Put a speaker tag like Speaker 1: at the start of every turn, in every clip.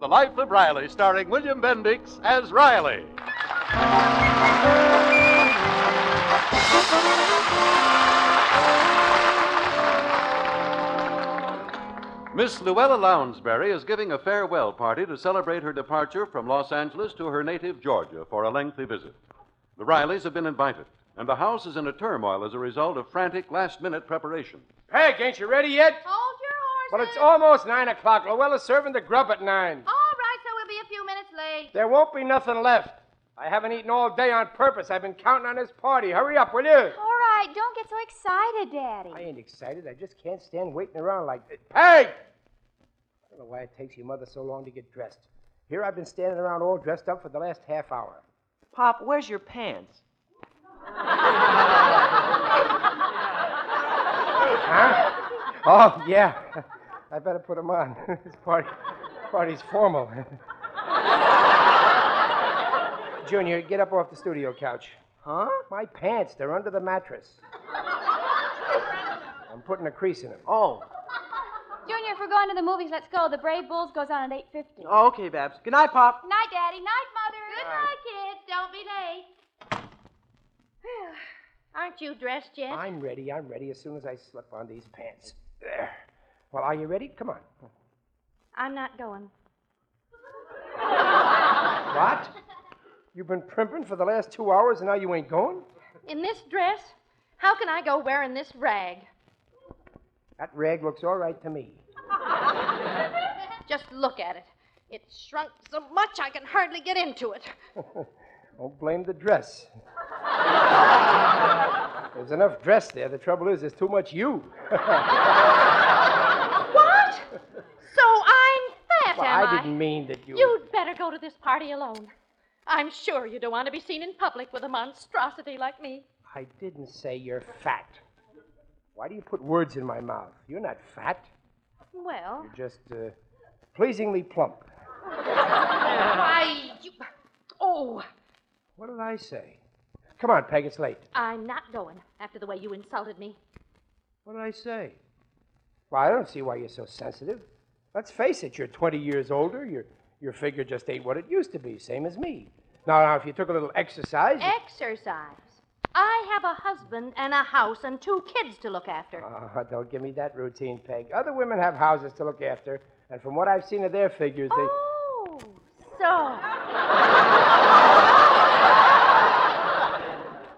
Speaker 1: The Life of Riley, starring William Bendix as Riley. Miss Luella Lounsbury is giving a farewell party to celebrate her departure from Los Angeles to her native Georgia for a lengthy visit. The Rileys have been invited, and the house is in a turmoil as a result of frantic last minute preparation.
Speaker 2: Peg, ain't you ready yet?
Speaker 3: Hold your horses.
Speaker 2: Well, it's almost nine o'clock. Luella's serving the grub at nine.
Speaker 3: All right, so we'll be a few minutes late.
Speaker 2: There won't be nothing left. I haven't eaten all day on purpose. I've been counting on this party. Hurry up, will you?
Speaker 3: All right, don't get so excited, Daddy.
Speaker 2: I ain't excited. I just can't stand waiting around like this. Peg! I don't know why it takes your mother so long to get dressed. Here I've been standing around all dressed up for the last half hour.
Speaker 4: Pop, where's your pants?
Speaker 2: Oh, yeah. I better put 'em on. this party, party's formal. Junior, get up off the studio couch.
Speaker 4: Huh?
Speaker 2: My pants, they're under the mattress. I'm putting a crease in them.
Speaker 4: Oh.
Speaker 3: Junior, if we're going to the movies, let's go. The Brave Bulls goes on at 8.50.
Speaker 4: oh. Okay, Babs. Good night, Pop.
Speaker 3: Night, Daddy. Night, Mother. Good night, kids. Don't be late. Aren't you dressed yet?
Speaker 2: I'm ready. I'm ready as soon as I slip on these pants. There. Well, are you ready? Come on.
Speaker 3: I'm not going.
Speaker 2: What? You've been primping for the last two hours and now you ain't going?
Speaker 3: In this dress? How can I go wearing this rag?
Speaker 2: That rag looks all right to me.
Speaker 3: Just look at it. It's shrunk so much I can hardly get into it.
Speaker 2: Don't blame the dress. there's enough dress there. The trouble is, there's too much you.
Speaker 3: What? So I'm fat,
Speaker 2: Well,
Speaker 3: am I?
Speaker 2: I didn't mean that you.
Speaker 3: You'd better go to this party alone. I'm sure you don't want to be seen in public with a monstrosity like me.
Speaker 2: I didn't say you're fat. Why do you put words in my mouth? You're not fat.
Speaker 3: Well,
Speaker 2: You're just uh, pleasingly plump.
Speaker 3: why you? Oh,
Speaker 2: What did I say? Come on, Peg, it's late.
Speaker 3: I'm not going after the way you insulted me.
Speaker 2: What did I say? Well, I don't see why you're so sensitive. Let's face it, you're 20 years older. Your, your figure just ain't what it used to be, same as me. Now, now, if you took a little exercise.
Speaker 3: Exercise. I have a husband and a house and two kids to look after.
Speaker 2: Ah, don't give me that routine, Peg. Other women have houses to look after, and from what I've seen of their figures, they.
Speaker 3: Oh, so.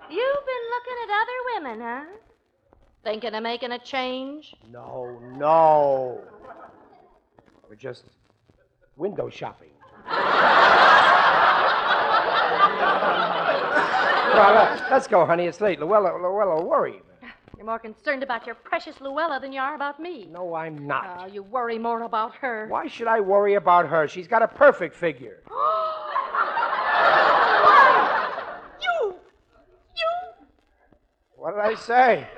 Speaker 3: You've been looking at other women, huh? Thinking of making a change?
Speaker 2: No, no. We're just window shopping. well, let- uh, let's go, honey. It's late. Luella, Luella, will worry.
Speaker 3: You're more concerned about your precious Luella than you are about me.
Speaker 2: No, I'm not.
Speaker 3: Oh, you worry more about her.
Speaker 2: Why should I worry about her? She's got a perfect figure.
Speaker 3: You! You!
Speaker 2: What did I say?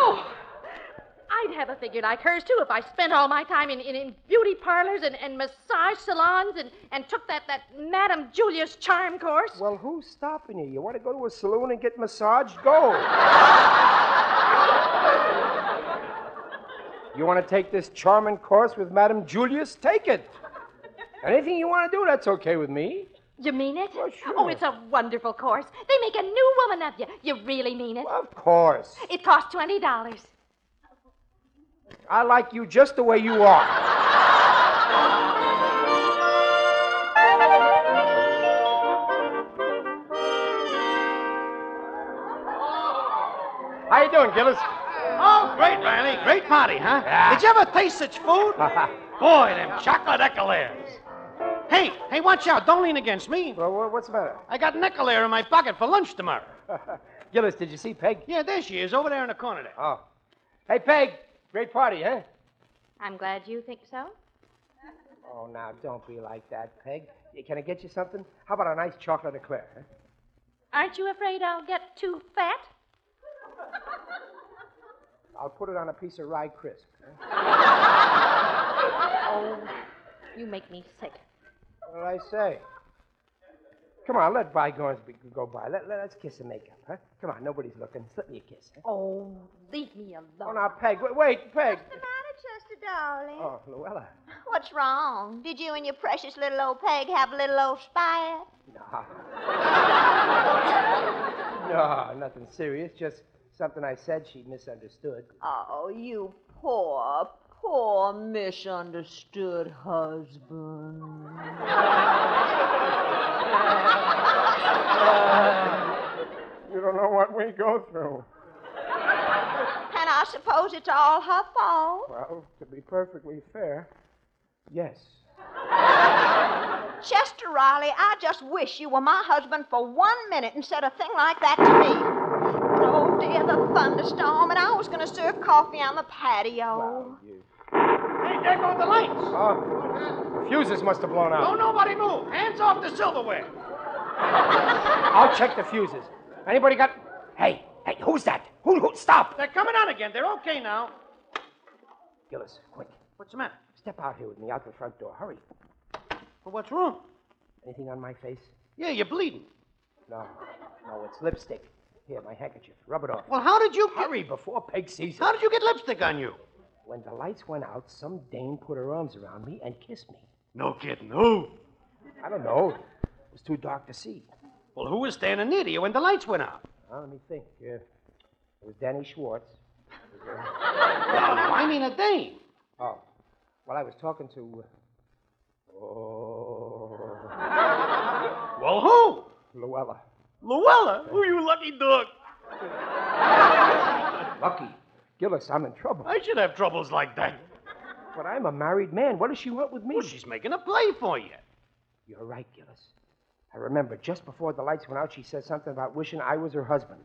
Speaker 3: Oh! I'd have a figure like hers, too, if I spent all my time in, in, in beauty parlors and, and massage salons and, and took that, that Madame Julia's charm course.
Speaker 2: Well, who's stopping you? You want to go to a saloon and get massaged? Go. you want to take this charming course with Madame Julius? Take it. Anything you want to do, that's okay with me.
Speaker 3: You mean it?
Speaker 2: Well, sure.
Speaker 3: Oh, it's a wonderful course. They make a new woman of you. You really mean it?
Speaker 2: Of course.
Speaker 3: It costs twenty dollars.
Speaker 2: I like you just the way you are. How you doing, Gillis?
Speaker 5: Oh, great, Riley. Great party, huh?
Speaker 2: Yeah.
Speaker 5: Did you ever taste such food? Boy, them chocolate eclairs. Hey, hey, watch out. Don't lean against me.
Speaker 2: Well, wha- what's the matter?
Speaker 5: I got an eclair in my pocket for lunch tomorrow.
Speaker 2: Gillis, did you see Peg?
Speaker 5: Yeah, there she is, over there in the corner there.
Speaker 2: Oh. Hey, Peg. Great party, huh?
Speaker 3: I'm glad you think so.
Speaker 2: Oh, now, don't be like that, Peg. Can I get you something? How about a nice chocolate eclair? Huh?
Speaker 3: Aren't you afraid I'll get too fat?
Speaker 2: I'll put it on a piece of rye crisp.
Speaker 3: You make me sick.
Speaker 2: What did I say? Come on, let bygones be, go by. Let, let, us kiss and make up, huh? Come on, nobody's looking. Slip me a kiss. Huh?
Speaker 3: Oh, leave me alone.
Speaker 2: Oh, now, Peg, wait, wait Peg.
Speaker 6: What's the matter, Chester, darling?
Speaker 2: Oh, Luella.
Speaker 6: What's wrong? Did you and your precious little old Peg have a little old spite?
Speaker 2: No. no, nothing serious. Just something I said she misunderstood.
Speaker 6: Oh, you poor, poor misunderstood husband.
Speaker 2: You don't know what we go through.
Speaker 6: And I suppose it's all her fault.
Speaker 2: Well, to be perfectly fair, yes.
Speaker 6: Chester Riley, I just wish you were my husband for one minute and said a thing like that to me. Oh dear, the thunderstorm, and I was going to serve coffee on the patio.
Speaker 2: You.
Speaker 5: Hey, there go the lights.
Speaker 2: Oh, the fuses must have blown out.
Speaker 5: Don't nobody move. Hands off the silverware.
Speaker 2: I'll check the fuses. Anybody got? Hey, hey, who's that? Who? Who? Stop!
Speaker 5: They're coming on again. They're okay now.
Speaker 2: Gillis, quick,
Speaker 5: What's the matter?
Speaker 2: step out here with me out the front door. Hurry.
Speaker 5: Well, what's wrong?
Speaker 2: Anything on my face?
Speaker 5: Yeah, you're bleeding.
Speaker 2: No, no, it's lipstick. Here, my handkerchief. Rub it off.
Speaker 5: Well, how did you get...
Speaker 2: Hurry before Peg sees
Speaker 5: How
Speaker 2: it.
Speaker 5: did you get lipstick on you?
Speaker 2: When the lights went out, some dame put her arms around me and kissed me.
Speaker 5: No kidding. Who?
Speaker 2: I don't know. It was too dark to see.
Speaker 5: Well, who was standing near to you when the lights went out?
Speaker 2: Now, let me think. Uh, it was Danny Schwartz.
Speaker 5: No, no, I mean a dame.
Speaker 2: Oh, well, I was talking to. Uh, oh,
Speaker 5: Well, who?
Speaker 2: Luella.
Speaker 5: Luella. Who you lucky dog?
Speaker 2: Lucky. Gillis, I'm in trouble.
Speaker 5: I should have troubles like that.
Speaker 2: But I'm a married man. What does she want with me?
Speaker 5: Well, she's making a play for you.
Speaker 2: You're right, Gillis. I remember just before the lights went out, she said something about wishing I was her husband.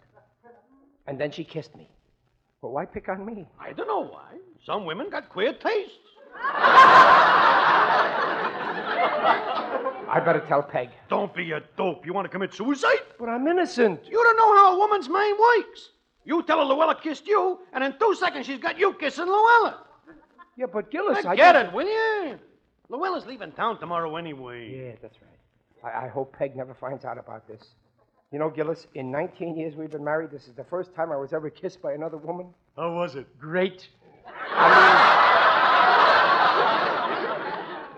Speaker 2: And then she kissed me. Well, why pick on me?
Speaker 5: I don't know why. Some women got queer tastes.
Speaker 2: I better tell Peg.
Speaker 5: Don't be a dope. You want to commit suicide?
Speaker 2: But I'm innocent.
Speaker 5: You don't know how a woman's mind works. You tell her Luella kissed you, and in two seconds she's got you kissing Luella.
Speaker 2: Yeah, but Gillis, I
Speaker 5: get
Speaker 2: don't-
Speaker 5: it, will you? Luella's leaving town tomorrow anyway.
Speaker 2: Yeah, that's right. I, I hope Peg never finds out about this. You know, Gillis, in 19 years we've been married, this is the first time I was ever kissed by another woman.
Speaker 5: How was it?
Speaker 2: Great. I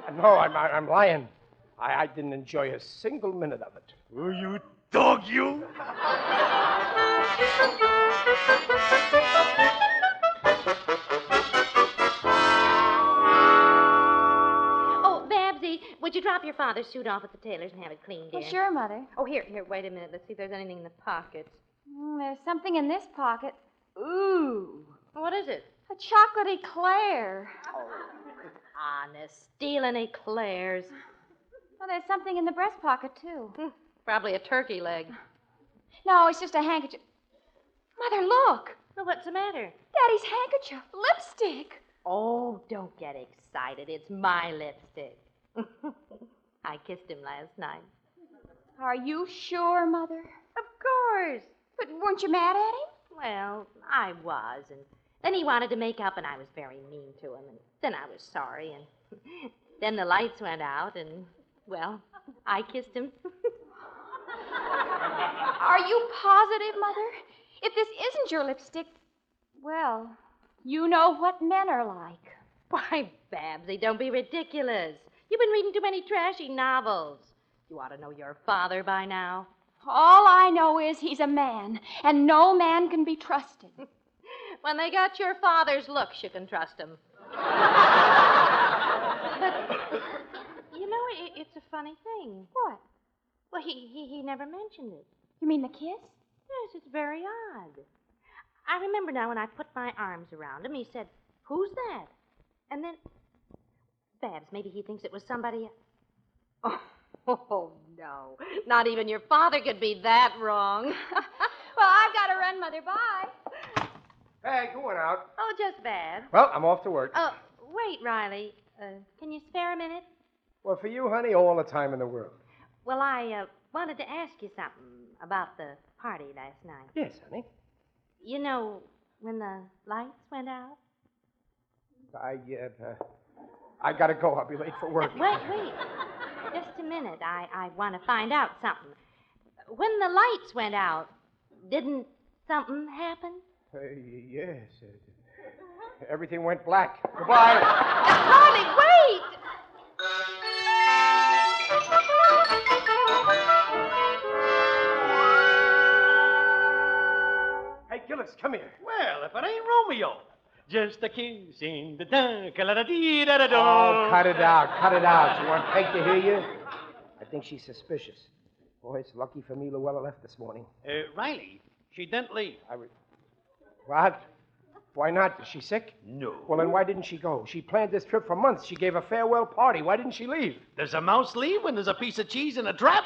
Speaker 2: mean, no, I'm, I- I'm lying. I, I didn't enjoy a single minute of it.
Speaker 5: Oh, you dog, you.
Speaker 3: Oh, Babsy, would you drop your father's suit off at the tailor's and have it cleaned, dear?
Speaker 7: Well, sure, Mother.
Speaker 3: Oh, here, here, wait a minute. Let's see if there's anything in the pockets.
Speaker 7: Mm, there's something in this pocket. Ooh,
Speaker 3: What is it? Oh,
Speaker 7: a chocolate eclair.
Speaker 3: Honest, stealing eclairs.
Speaker 7: Well, there's something in the breast pocket, too.
Speaker 3: Hmm, Probably a turkey leg.
Speaker 7: No, it's just a handkerchief. Mother, look.
Speaker 3: Well, what's the matter?
Speaker 7: Daddy's handkerchief. Lipstick.
Speaker 3: Oh, don't get excited. It's my lipstick. I kissed him last night.
Speaker 7: Are you sure, Mother?
Speaker 3: Of course.
Speaker 7: But weren't you mad at him?
Speaker 3: Well, I was, and then he wanted to make up, and I was very mean to him, and then I was sorry, and then the lights went out, and well, I kissed him.
Speaker 7: Are you positive, Mother? If this isn't your lipstick, well, you know what men are like.
Speaker 3: Why, Babsy, don't be ridiculous. You've been reading too many trashy novels. You ought to know your father by now.
Speaker 7: All I know is he's a man, and no man can be trusted.
Speaker 3: When they got your father's looks, you can trust him. but, you know, it, it's a funny thing.
Speaker 7: What?
Speaker 3: Well, he, he, he never mentioned it.
Speaker 7: You mean the kiss?
Speaker 3: Yes, it's very odd. I remember now when I put my arms around him, he said, Who's that? And then, Babs, maybe he thinks it was somebody. Oh, oh no. Not even your father could be that wrong.
Speaker 7: Well, I've got to run, Mother. Bye.
Speaker 2: Hey, who went out?
Speaker 3: oh, just Babs.
Speaker 2: Well, I'm off to work.
Speaker 3: Oh, wait, Riley. Uh, can you spare a minute?
Speaker 2: Well, for you, honey, all the time in the world.
Speaker 3: Well, I uh, wanted to ask you something about the party last night.
Speaker 2: Yes, honey.
Speaker 3: You know, when the lights went out?
Speaker 2: I uh, uh, I gotta go. I'll be late for work.
Speaker 3: Wait, wait. Just a minute. I, I want to find out something. When the lights went out, didn't something happen?
Speaker 2: Uh, y- yes. uh, everything went black. Goodbye.
Speaker 7: Riley, wait!
Speaker 2: hey, Gillis, come here.
Speaker 5: Well, if it ain't Romeo. Just a kiss in the dark. la-da-dee-da-da-do.
Speaker 2: Oh, cut it out. Cut it out. You want Peg to hear you? I think she's suspicious. Boy, it's lucky for me Luella left this morning.
Speaker 5: Uh, Riley, she didn't leave.
Speaker 2: I would. What? Why not? Is she sick?
Speaker 5: No.
Speaker 2: Well, then why didn't she go? She planned this trip for months. She gave a farewell party. Why didn't she leave?
Speaker 5: Does a mouse leave when there's a piece of cheese in a trap?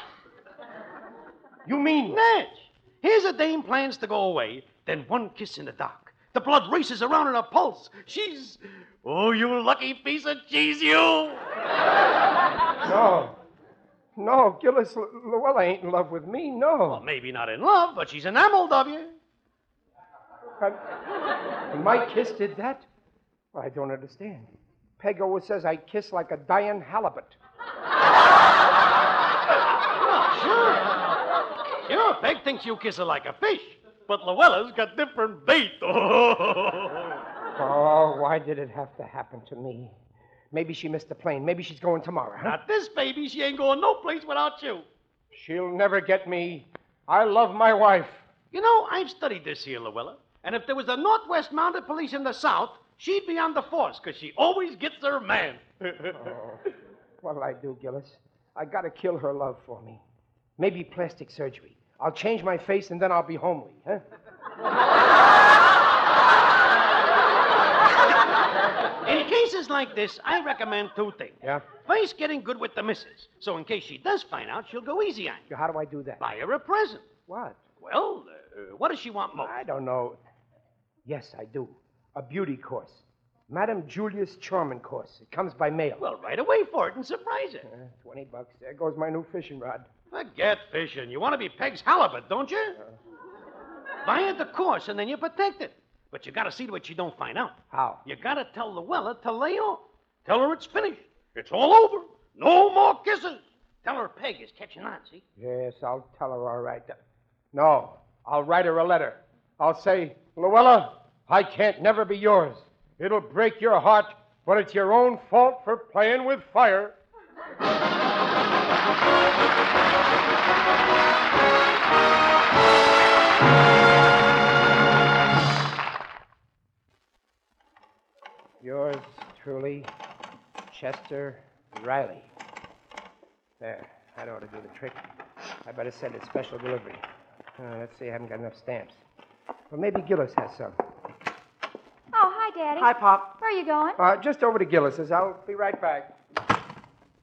Speaker 2: You mean?
Speaker 5: Natch, here's a dame plans to go away, then one kiss in the dark. The blood races around in her pulse. She's. Oh, you lucky piece of cheese, you!
Speaker 2: No. No, Gillis, Lu- Luella ain't in love with me.
Speaker 5: Well,
Speaker 2: No.
Speaker 5: maybe not in love, but she's enamored of you.
Speaker 2: I- And my kiss did that? Well, I don't understand. Peg always says I kiss like a Diane Halibut.
Speaker 5: Sure, Peg thinks you kiss her like a fish, but Luella's got different bait.
Speaker 2: Oh, why did it have to happen to me? Maybe she missed the plane. Maybe she's going tomorrow. huh?
Speaker 5: Not this baby. She ain't going no place without you.
Speaker 2: She'll never get me. I love my wife.
Speaker 5: You know, I've studied this here, Luella, and if there was a Northwest Mounted Police in the South, she'd be on the force, 'cause she always gets her man.
Speaker 2: What'll I do, Gillis? I gotta kill her love for me. Maybe plastic surgery. I'll change my face and then I'll be homely, huh?
Speaker 5: In cases like this, I recommend two things.
Speaker 2: Yeah?
Speaker 5: First, getting good with the missus, so in case she does find out, she'll go easy on you.
Speaker 2: How do I do that?
Speaker 5: Buy her a present.
Speaker 2: What?
Speaker 5: Well, uh, what does she want most?
Speaker 2: I don't know. Yes, I do. A beauty course. Madame Julius Charmin course. It comes by mail.
Speaker 5: Well, right away for it and surprise her.
Speaker 2: Uh, 20 bucks. There goes my new fishing rod.
Speaker 5: Forget fishing. You want to be Peg's halibut, don't you?
Speaker 2: Uh-huh.
Speaker 5: Buy her the course, and then you're protected. But you got to see to it she don't find out.
Speaker 2: How?
Speaker 5: You got to tell Luella to lay off. Tell her it's finished. It's all over. No more kisses. Tell her Peg is catching on, see?
Speaker 2: Yes, I'll tell her all right. No, I'll write her a letter. I'll say, Luella, I can't never be yours. It'll break your heart, but it's your own fault for playing with fire. Yours truly, Chester Riley. There, that ought to do the trick. I better send it special delivery. Uh, let's see, I haven't got enough stamps. Well, maybe Gillis has some.
Speaker 7: Oh, hi, Daddy.
Speaker 4: Hi, Pop.
Speaker 7: Where are you going?
Speaker 2: Uh, just over to Gillis's. I'll be right back.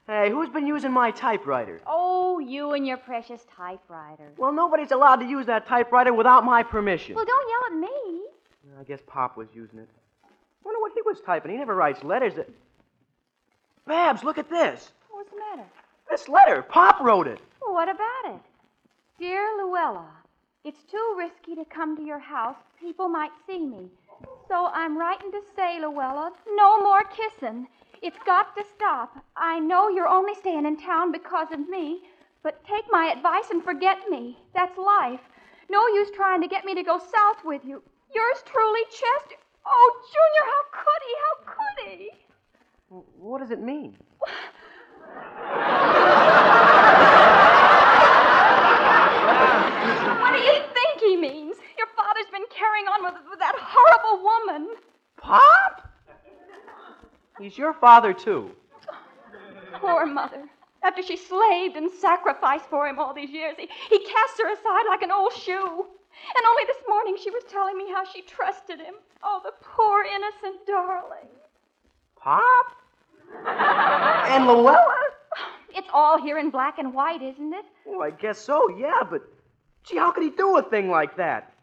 Speaker 4: Hey, who's been using my typewriter?
Speaker 7: Oh, you and your precious typewriter.
Speaker 4: Well, nobody's allowed to use that typewriter without my permission.
Speaker 7: Well, don't yell at me.
Speaker 4: I guess Pop was using it. Wonder what he was typing. He never writes letters. That... Babs, look at this.
Speaker 7: What's the matter?
Speaker 4: This letter. Pop wrote it.
Speaker 7: Well, what about it? Dear Luella, it's too risky to come to your house. People might see me. So I'm writing to say, Luella, no more kissing. It's got to stop. I know you're only staying in town because of me, but take my advice and forget me. That's life. No use trying to get me to go south with you. Yours truly, Chester. Oh, Junior, how could he? How could he?
Speaker 4: What does it mean?
Speaker 3: going on with, with that horrible woman.
Speaker 4: Pop? He's your father, too.
Speaker 3: Poor mother. After she slaved and sacrificed for him all these years, he, he cast her aside like an old shoe. And only this morning she was telling me how she trusted him. Oh, the poor innocent darling.
Speaker 4: Pop? And Luella?
Speaker 3: It's all here in black and white, isn't it?
Speaker 4: Well, Oh, I guess so, yeah, but gee, how could he do a thing like that?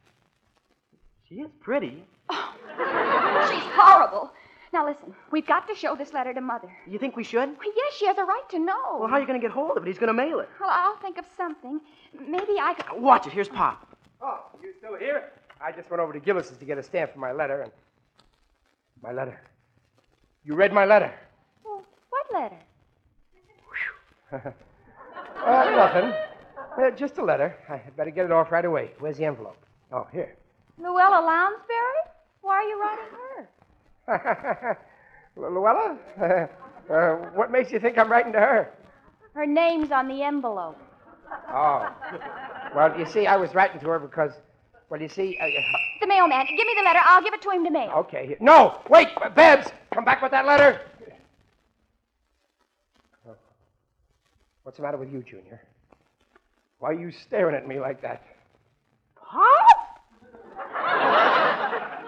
Speaker 4: She is pretty.
Speaker 3: She's horrible. Now listen, we've got to show this letter to Mother.
Speaker 4: You think we should?
Speaker 3: Well, yes, she has a right to know.
Speaker 4: Well, how are you going to get hold of it? He's going to mail it.
Speaker 3: Well, I'll think of something. Maybe I could.
Speaker 4: Watch it. Here's Pop.
Speaker 2: Oh, you still here? I just went over to Gillis's to get a stamp for my letter, and my letter. You read my letter.
Speaker 3: Well, what letter?
Speaker 2: Uh, nothing. Uh, just a letter. I had better get it off right away. Where's the envelope? Oh, here.
Speaker 3: Luella Lounsbury? Why are you writing her?
Speaker 2: Lu- Luella? uh, what makes you think I'm writing to her?
Speaker 3: Her name's on the envelope.
Speaker 2: Oh. Well, you see, I was writing to her because, well, you see. I-
Speaker 3: The mailman. Give me the letter. I'll give it to him to mail.
Speaker 2: Uh, okay. here- No! Wait! Babs! Come back with that letter! Oh. What's the matter with you, Junior? Why are you staring at me like that?
Speaker 4: Pop?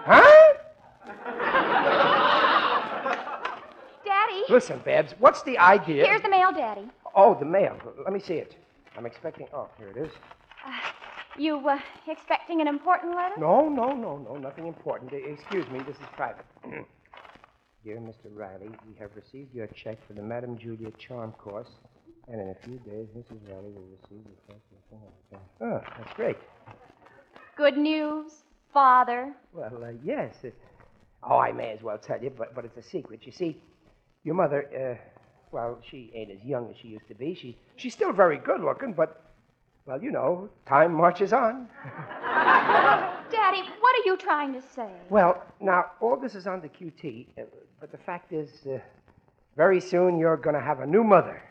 Speaker 2: Huh?
Speaker 3: Daddy,
Speaker 2: Listen, Babs, what's the idea?
Speaker 3: here's the mail, Daddy.
Speaker 2: Oh, the mail. Let me see it. I'm expecting. Oh, here it is.
Speaker 3: You uh, expecting an important letter?
Speaker 2: No, no, no, no, nothing important. E- Excuse me, this is private. Dear Mr. Riley, we have received your check for the Madame Julia charm course, and in a few days, Mrs. Riley will receive the check. Oh, that's great.
Speaker 3: Good news, Father.
Speaker 2: Well, uh, yes. it- oh, I may as well tell you, but, but it's a secret. You see, your mother, uh, well, she ain't as young as she used to be. She, she's still very good looking, but, well, you know, time marches on.
Speaker 3: Daddy, what are you trying to say?
Speaker 2: Well, now, all this is on the QT, uh, but the fact is, uh, very soon you're going to have a new mother.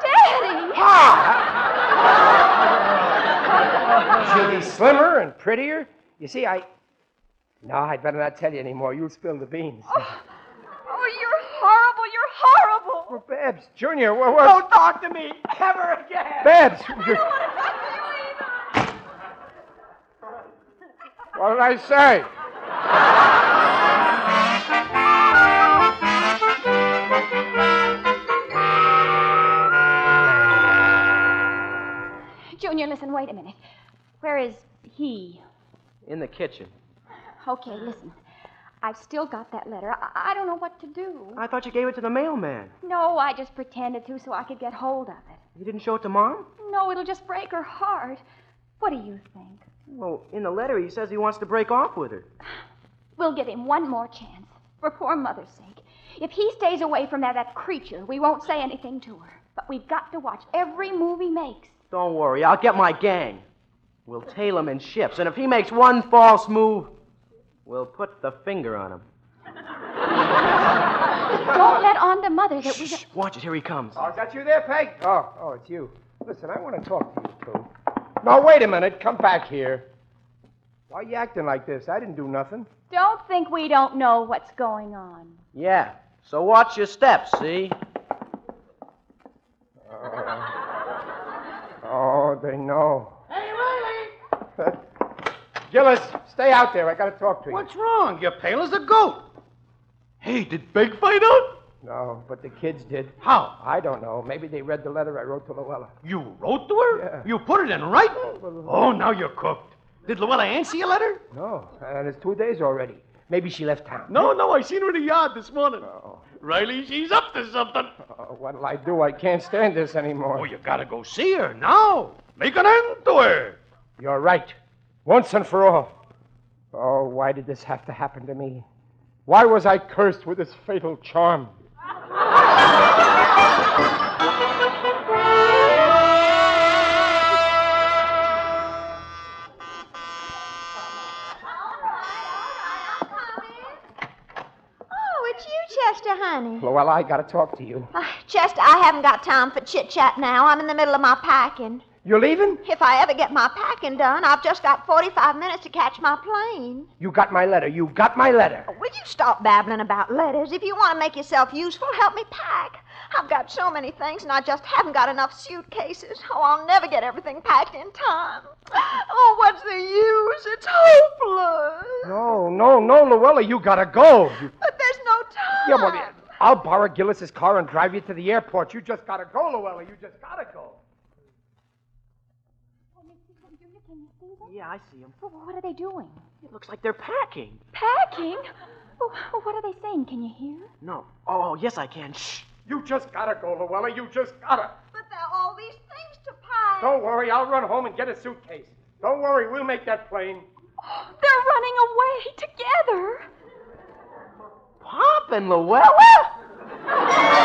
Speaker 3: Daddy!
Speaker 2: She'll be slimmer and prettier. You see, I. No, I'd better not tell you anymore. You'll spill the beans.
Speaker 3: Oh, you're horrible. You're horrible.
Speaker 2: Well, Babs, Junior, wha- wha- Don't talk to me ever again. Babs, you're- what did I say?
Speaker 3: Junior, listen, wait a minute. Where is he?
Speaker 4: In the kitchen.
Speaker 3: Okay, listen. I've still got that letter. I, I don't know what to do.
Speaker 4: I thought you gave it to the mailman.
Speaker 3: No, I just pretended to so I could get hold of it.
Speaker 4: You didn't show it to Mom?
Speaker 3: No, it'll just break her heart. What do you think?
Speaker 4: Well, in the letter, he says he wants to break off with her.
Speaker 3: We'll give him one more chance, for poor mother's sake. If he stays away from that, that creature, we won't say anything to her. But we've got to watch every move he makes.
Speaker 4: Don't worry, I'll get my gang. We'll tail him in ships, and if he makes one false move, we'll put the finger on him.
Speaker 3: Don't let on to mother that we.
Speaker 4: Shh, watch it, here he comes.
Speaker 2: Oh, is that you there, Peg? Oh, oh, it's you. Listen, I want to talk to you two. Now, wait a minute. Come back here. Why are you acting like this? I didn't do nothing.
Speaker 3: Don't think we don't know what's going on.
Speaker 4: Yeah, so watch your steps, see?
Speaker 2: Oh, they know. Hey, Riley! Gillis, stay out there. I got to talk to you.
Speaker 5: What's wrong? You're pale as a goat. Hey, did Big find out?
Speaker 2: No, but the kids did.
Speaker 5: How?
Speaker 2: I don't know. Maybe they read the letter I wrote to Luella.
Speaker 5: You wrote to her?
Speaker 2: Yeah. uh,
Speaker 5: You put it in writing? Oh, now you're cooked. Did Luella answer your letter?
Speaker 2: No, Oh, and it's two days already. Maybe she left town.
Speaker 5: No, no, I seen her in the yard this morning. Oh. Riley, she's up to something.
Speaker 2: Oh, what'll I do? I can't stand this anymore.
Speaker 5: Oh, you gotta go see her now. Make an end to her.
Speaker 2: You're right. Once and for all. Oh, why did this have to happen to me? Why was I cursed with this fatal charm?
Speaker 8: Oh, it's you, Chester, honey.
Speaker 2: Luella, I gotta talk to you.
Speaker 8: Uh, Chester, I haven't got time for chit chat now. I'm in the middle of my packing.
Speaker 5: You're leaving?
Speaker 9: If I ever get my packing done, I've just got 45 minutes to catch my plane.
Speaker 5: You got my letter. You got my letter.
Speaker 9: Will you stop babbling about letters? If you want to make yourself useful, help me pack. I've got so many things, and I just haven't got enough suitcases. Oh, I'll never get everything packed in time. Oh, what's the use? It's hopeless.
Speaker 5: No, no, no, Luella, you gotta go. You-
Speaker 9: But there's no time.
Speaker 5: Yeah, well, yeah, I'll borrow Gillis's car and drive you to the airport. You just gotta go, Luella. You just gotta go.
Speaker 10: Can you see them?
Speaker 4: Yeah, I see them.
Speaker 10: Well, what are they doing?
Speaker 4: It looks like they're packing.
Speaker 10: Packing? Well, what are they saying? Can you hear?
Speaker 4: No. Oh, yes, I can. Shh.
Speaker 5: You just gotta go, Luella. You just gotta.
Speaker 9: But there are all these things to pack.
Speaker 5: Don't worry, I'll run home and get a suitcase. Don't worry, we'll make that plane.
Speaker 10: They're running away together.
Speaker 4: Pop and Luella?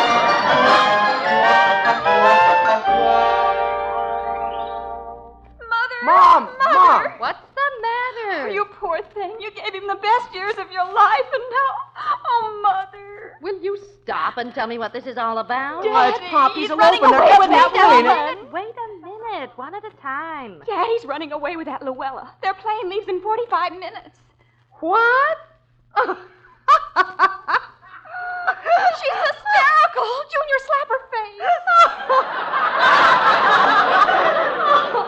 Speaker 10: Mother! Oh,
Speaker 4: Mom! Mom!
Speaker 3: What's the matter?
Speaker 10: You poor thing. You gave him the best years of your life, and now. Oh, Mother.
Speaker 3: Will you stop and tell me what this is all about?
Speaker 10: Dad.
Speaker 4: Oh, it's
Speaker 10: Daddy,
Speaker 4: Pop. He's
Speaker 10: he's running
Speaker 4: eloping. They're
Speaker 10: away
Speaker 4: getting
Speaker 10: with
Speaker 4: that
Speaker 10: that
Speaker 4: plane.
Speaker 10: woman.
Speaker 3: Wait a- Wait a minute, one at a time.
Speaker 10: Daddy's running away with that Luella. Their plane leaves in 45 minutes.
Speaker 3: What?
Speaker 10: She's hysterical. Junior, slap her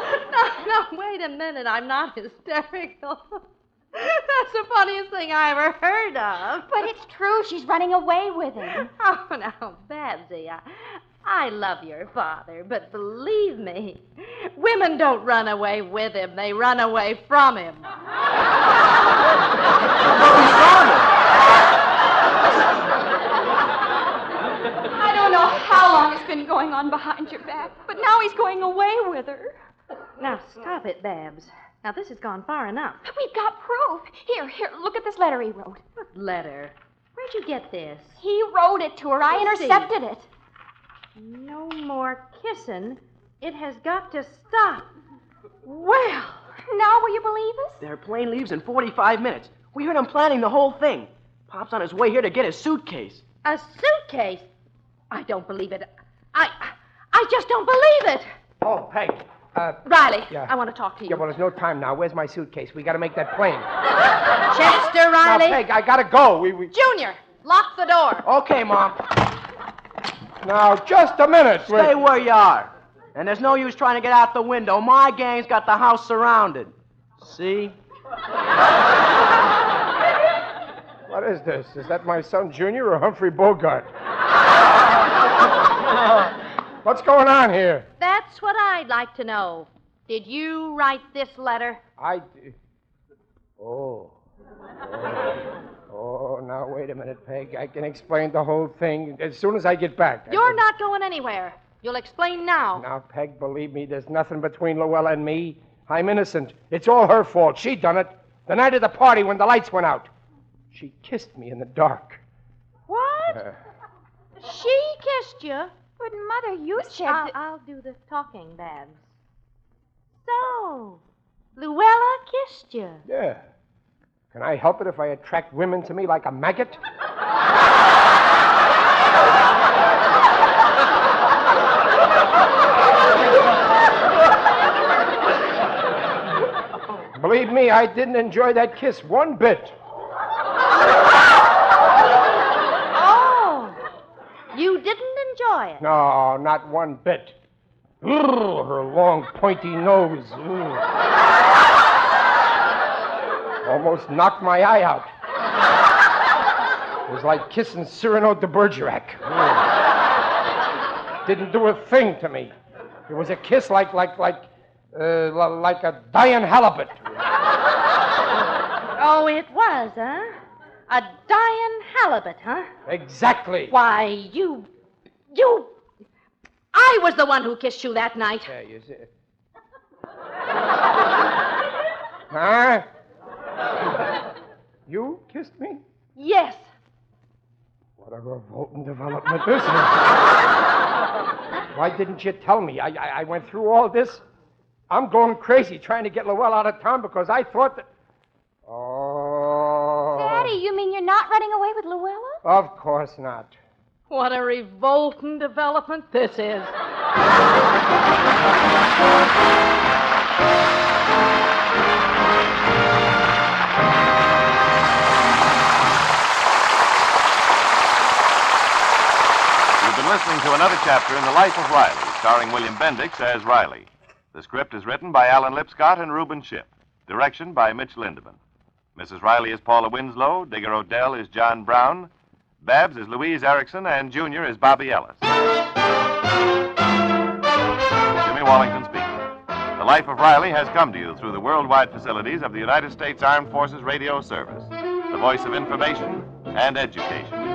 Speaker 10: face.
Speaker 3: no, no, wait a minute. I'm not hysterical. That's the funniest thing I ever heard of.
Speaker 10: But it's true. She's running away with him.
Speaker 3: Oh, now, Babsy, I, I love your father, but believe me, women don't run away with him, they run away from him.
Speaker 10: I don't know how long it's been going on behind your back, but now he's going away with her.
Speaker 3: Now, stop it, Babs. Now, this has gone far enough.
Speaker 10: We've got proof. Here, here, look at this letter he wrote.
Speaker 3: What letter? Where'd you get this?
Speaker 10: He wrote it to her. I
Speaker 3: Let's see.
Speaker 10: intercepted it.
Speaker 3: No more kissing. It has got to stop. Well,
Speaker 10: Now will you believe us?
Speaker 4: Their plane leaves in 45 minutes. We heard him planning the whole thing. Pop's on his way here to get his suitcase.
Speaker 3: a suitcase. I don't believe it. I, I just don't believe it.
Speaker 5: Oh, Peg. Uh,
Speaker 3: Riley,
Speaker 5: Yeah.
Speaker 3: I want to talk to you.
Speaker 5: yeah, well, there's no time now. Where's my suitcase? We gotta make that plane.
Speaker 3: Chester
Speaker 5: Now,
Speaker 3: Riley.
Speaker 5: Peg, I gotta go. We, we...
Speaker 3: Junior, lock the door.
Speaker 4: Okay, Mom.
Speaker 5: Now, just a minute.
Speaker 4: Stay where you are. And there's no use trying to get out the window. My gang's got the house surrounded. See?
Speaker 5: What is this? Is that my son Junior or Humphrey Bogart? What's going on here?
Speaker 3: That's what I'd like to know. Did you write this letter?
Speaker 5: I. Oh. Oh, now wait a minute, Peg. I can explain the whole thing as soon as I get back. I
Speaker 3: You're
Speaker 5: can-
Speaker 3: not going anywhere. You'll explain now.
Speaker 5: Now, Peg, believe me, there's nothing between Luella and me. I'm innocent. It's all her fault. She done it. The night of the party when the lights went out. She kissed me in the dark.
Speaker 3: What?
Speaker 5: Uh,
Speaker 3: She kissed you?
Speaker 10: But, Mother, you said.
Speaker 3: I'll,
Speaker 10: that-
Speaker 3: I'll do the talking, Babs. So, Luella kissed you.
Speaker 5: yeah. Can I help it if I attract women to me like a maggot? Believe me, I didn't enjoy that kiss one bit.
Speaker 3: Oh, you didn't enjoy it.
Speaker 5: No, not one bit. Grr, her long, pointy nose. Grr. Almost knocked my eye out. It was like kissing Cyrano de Bergerac. Grr. Didn't do a thing to me. It was a kiss like, like, like, uh, li- like a dying halibut.
Speaker 3: Oh, it was, huh? A dying halibut, huh?
Speaker 5: Exactly.
Speaker 3: Why, you. You. I was the one who kissed you that night.
Speaker 5: Yeah, you see. huh? You kissed me?
Speaker 3: Yes.
Speaker 5: What a revolting development this is. Why didn't you tell me? I, I, I went through all this. I'm going crazy trying to get Lowell out of town because I thought that. Oh.
Speaker 10: Daddy, you mean you're not running away with Luella?
Speaker 5: Of course not.
Speaker 3: What a revolting development this is.
Speaker 11: You've been listening to another chapter in The Life of Riley, starring William Bendix as Riley. The script is written by Alan Lipscott and Reuben Ship. Direction by Mitch Lindeman. Mrs. Riley is Paula Winslow. Digger Odell is John Brown. Babs is Louise Erickson, and Junior is Bobby Ellis. Jimmy Wallington speaking. The Life of Riley has come to you through the worldwide facilities of the United States Armed Forces Radio Service, the voice of information and education.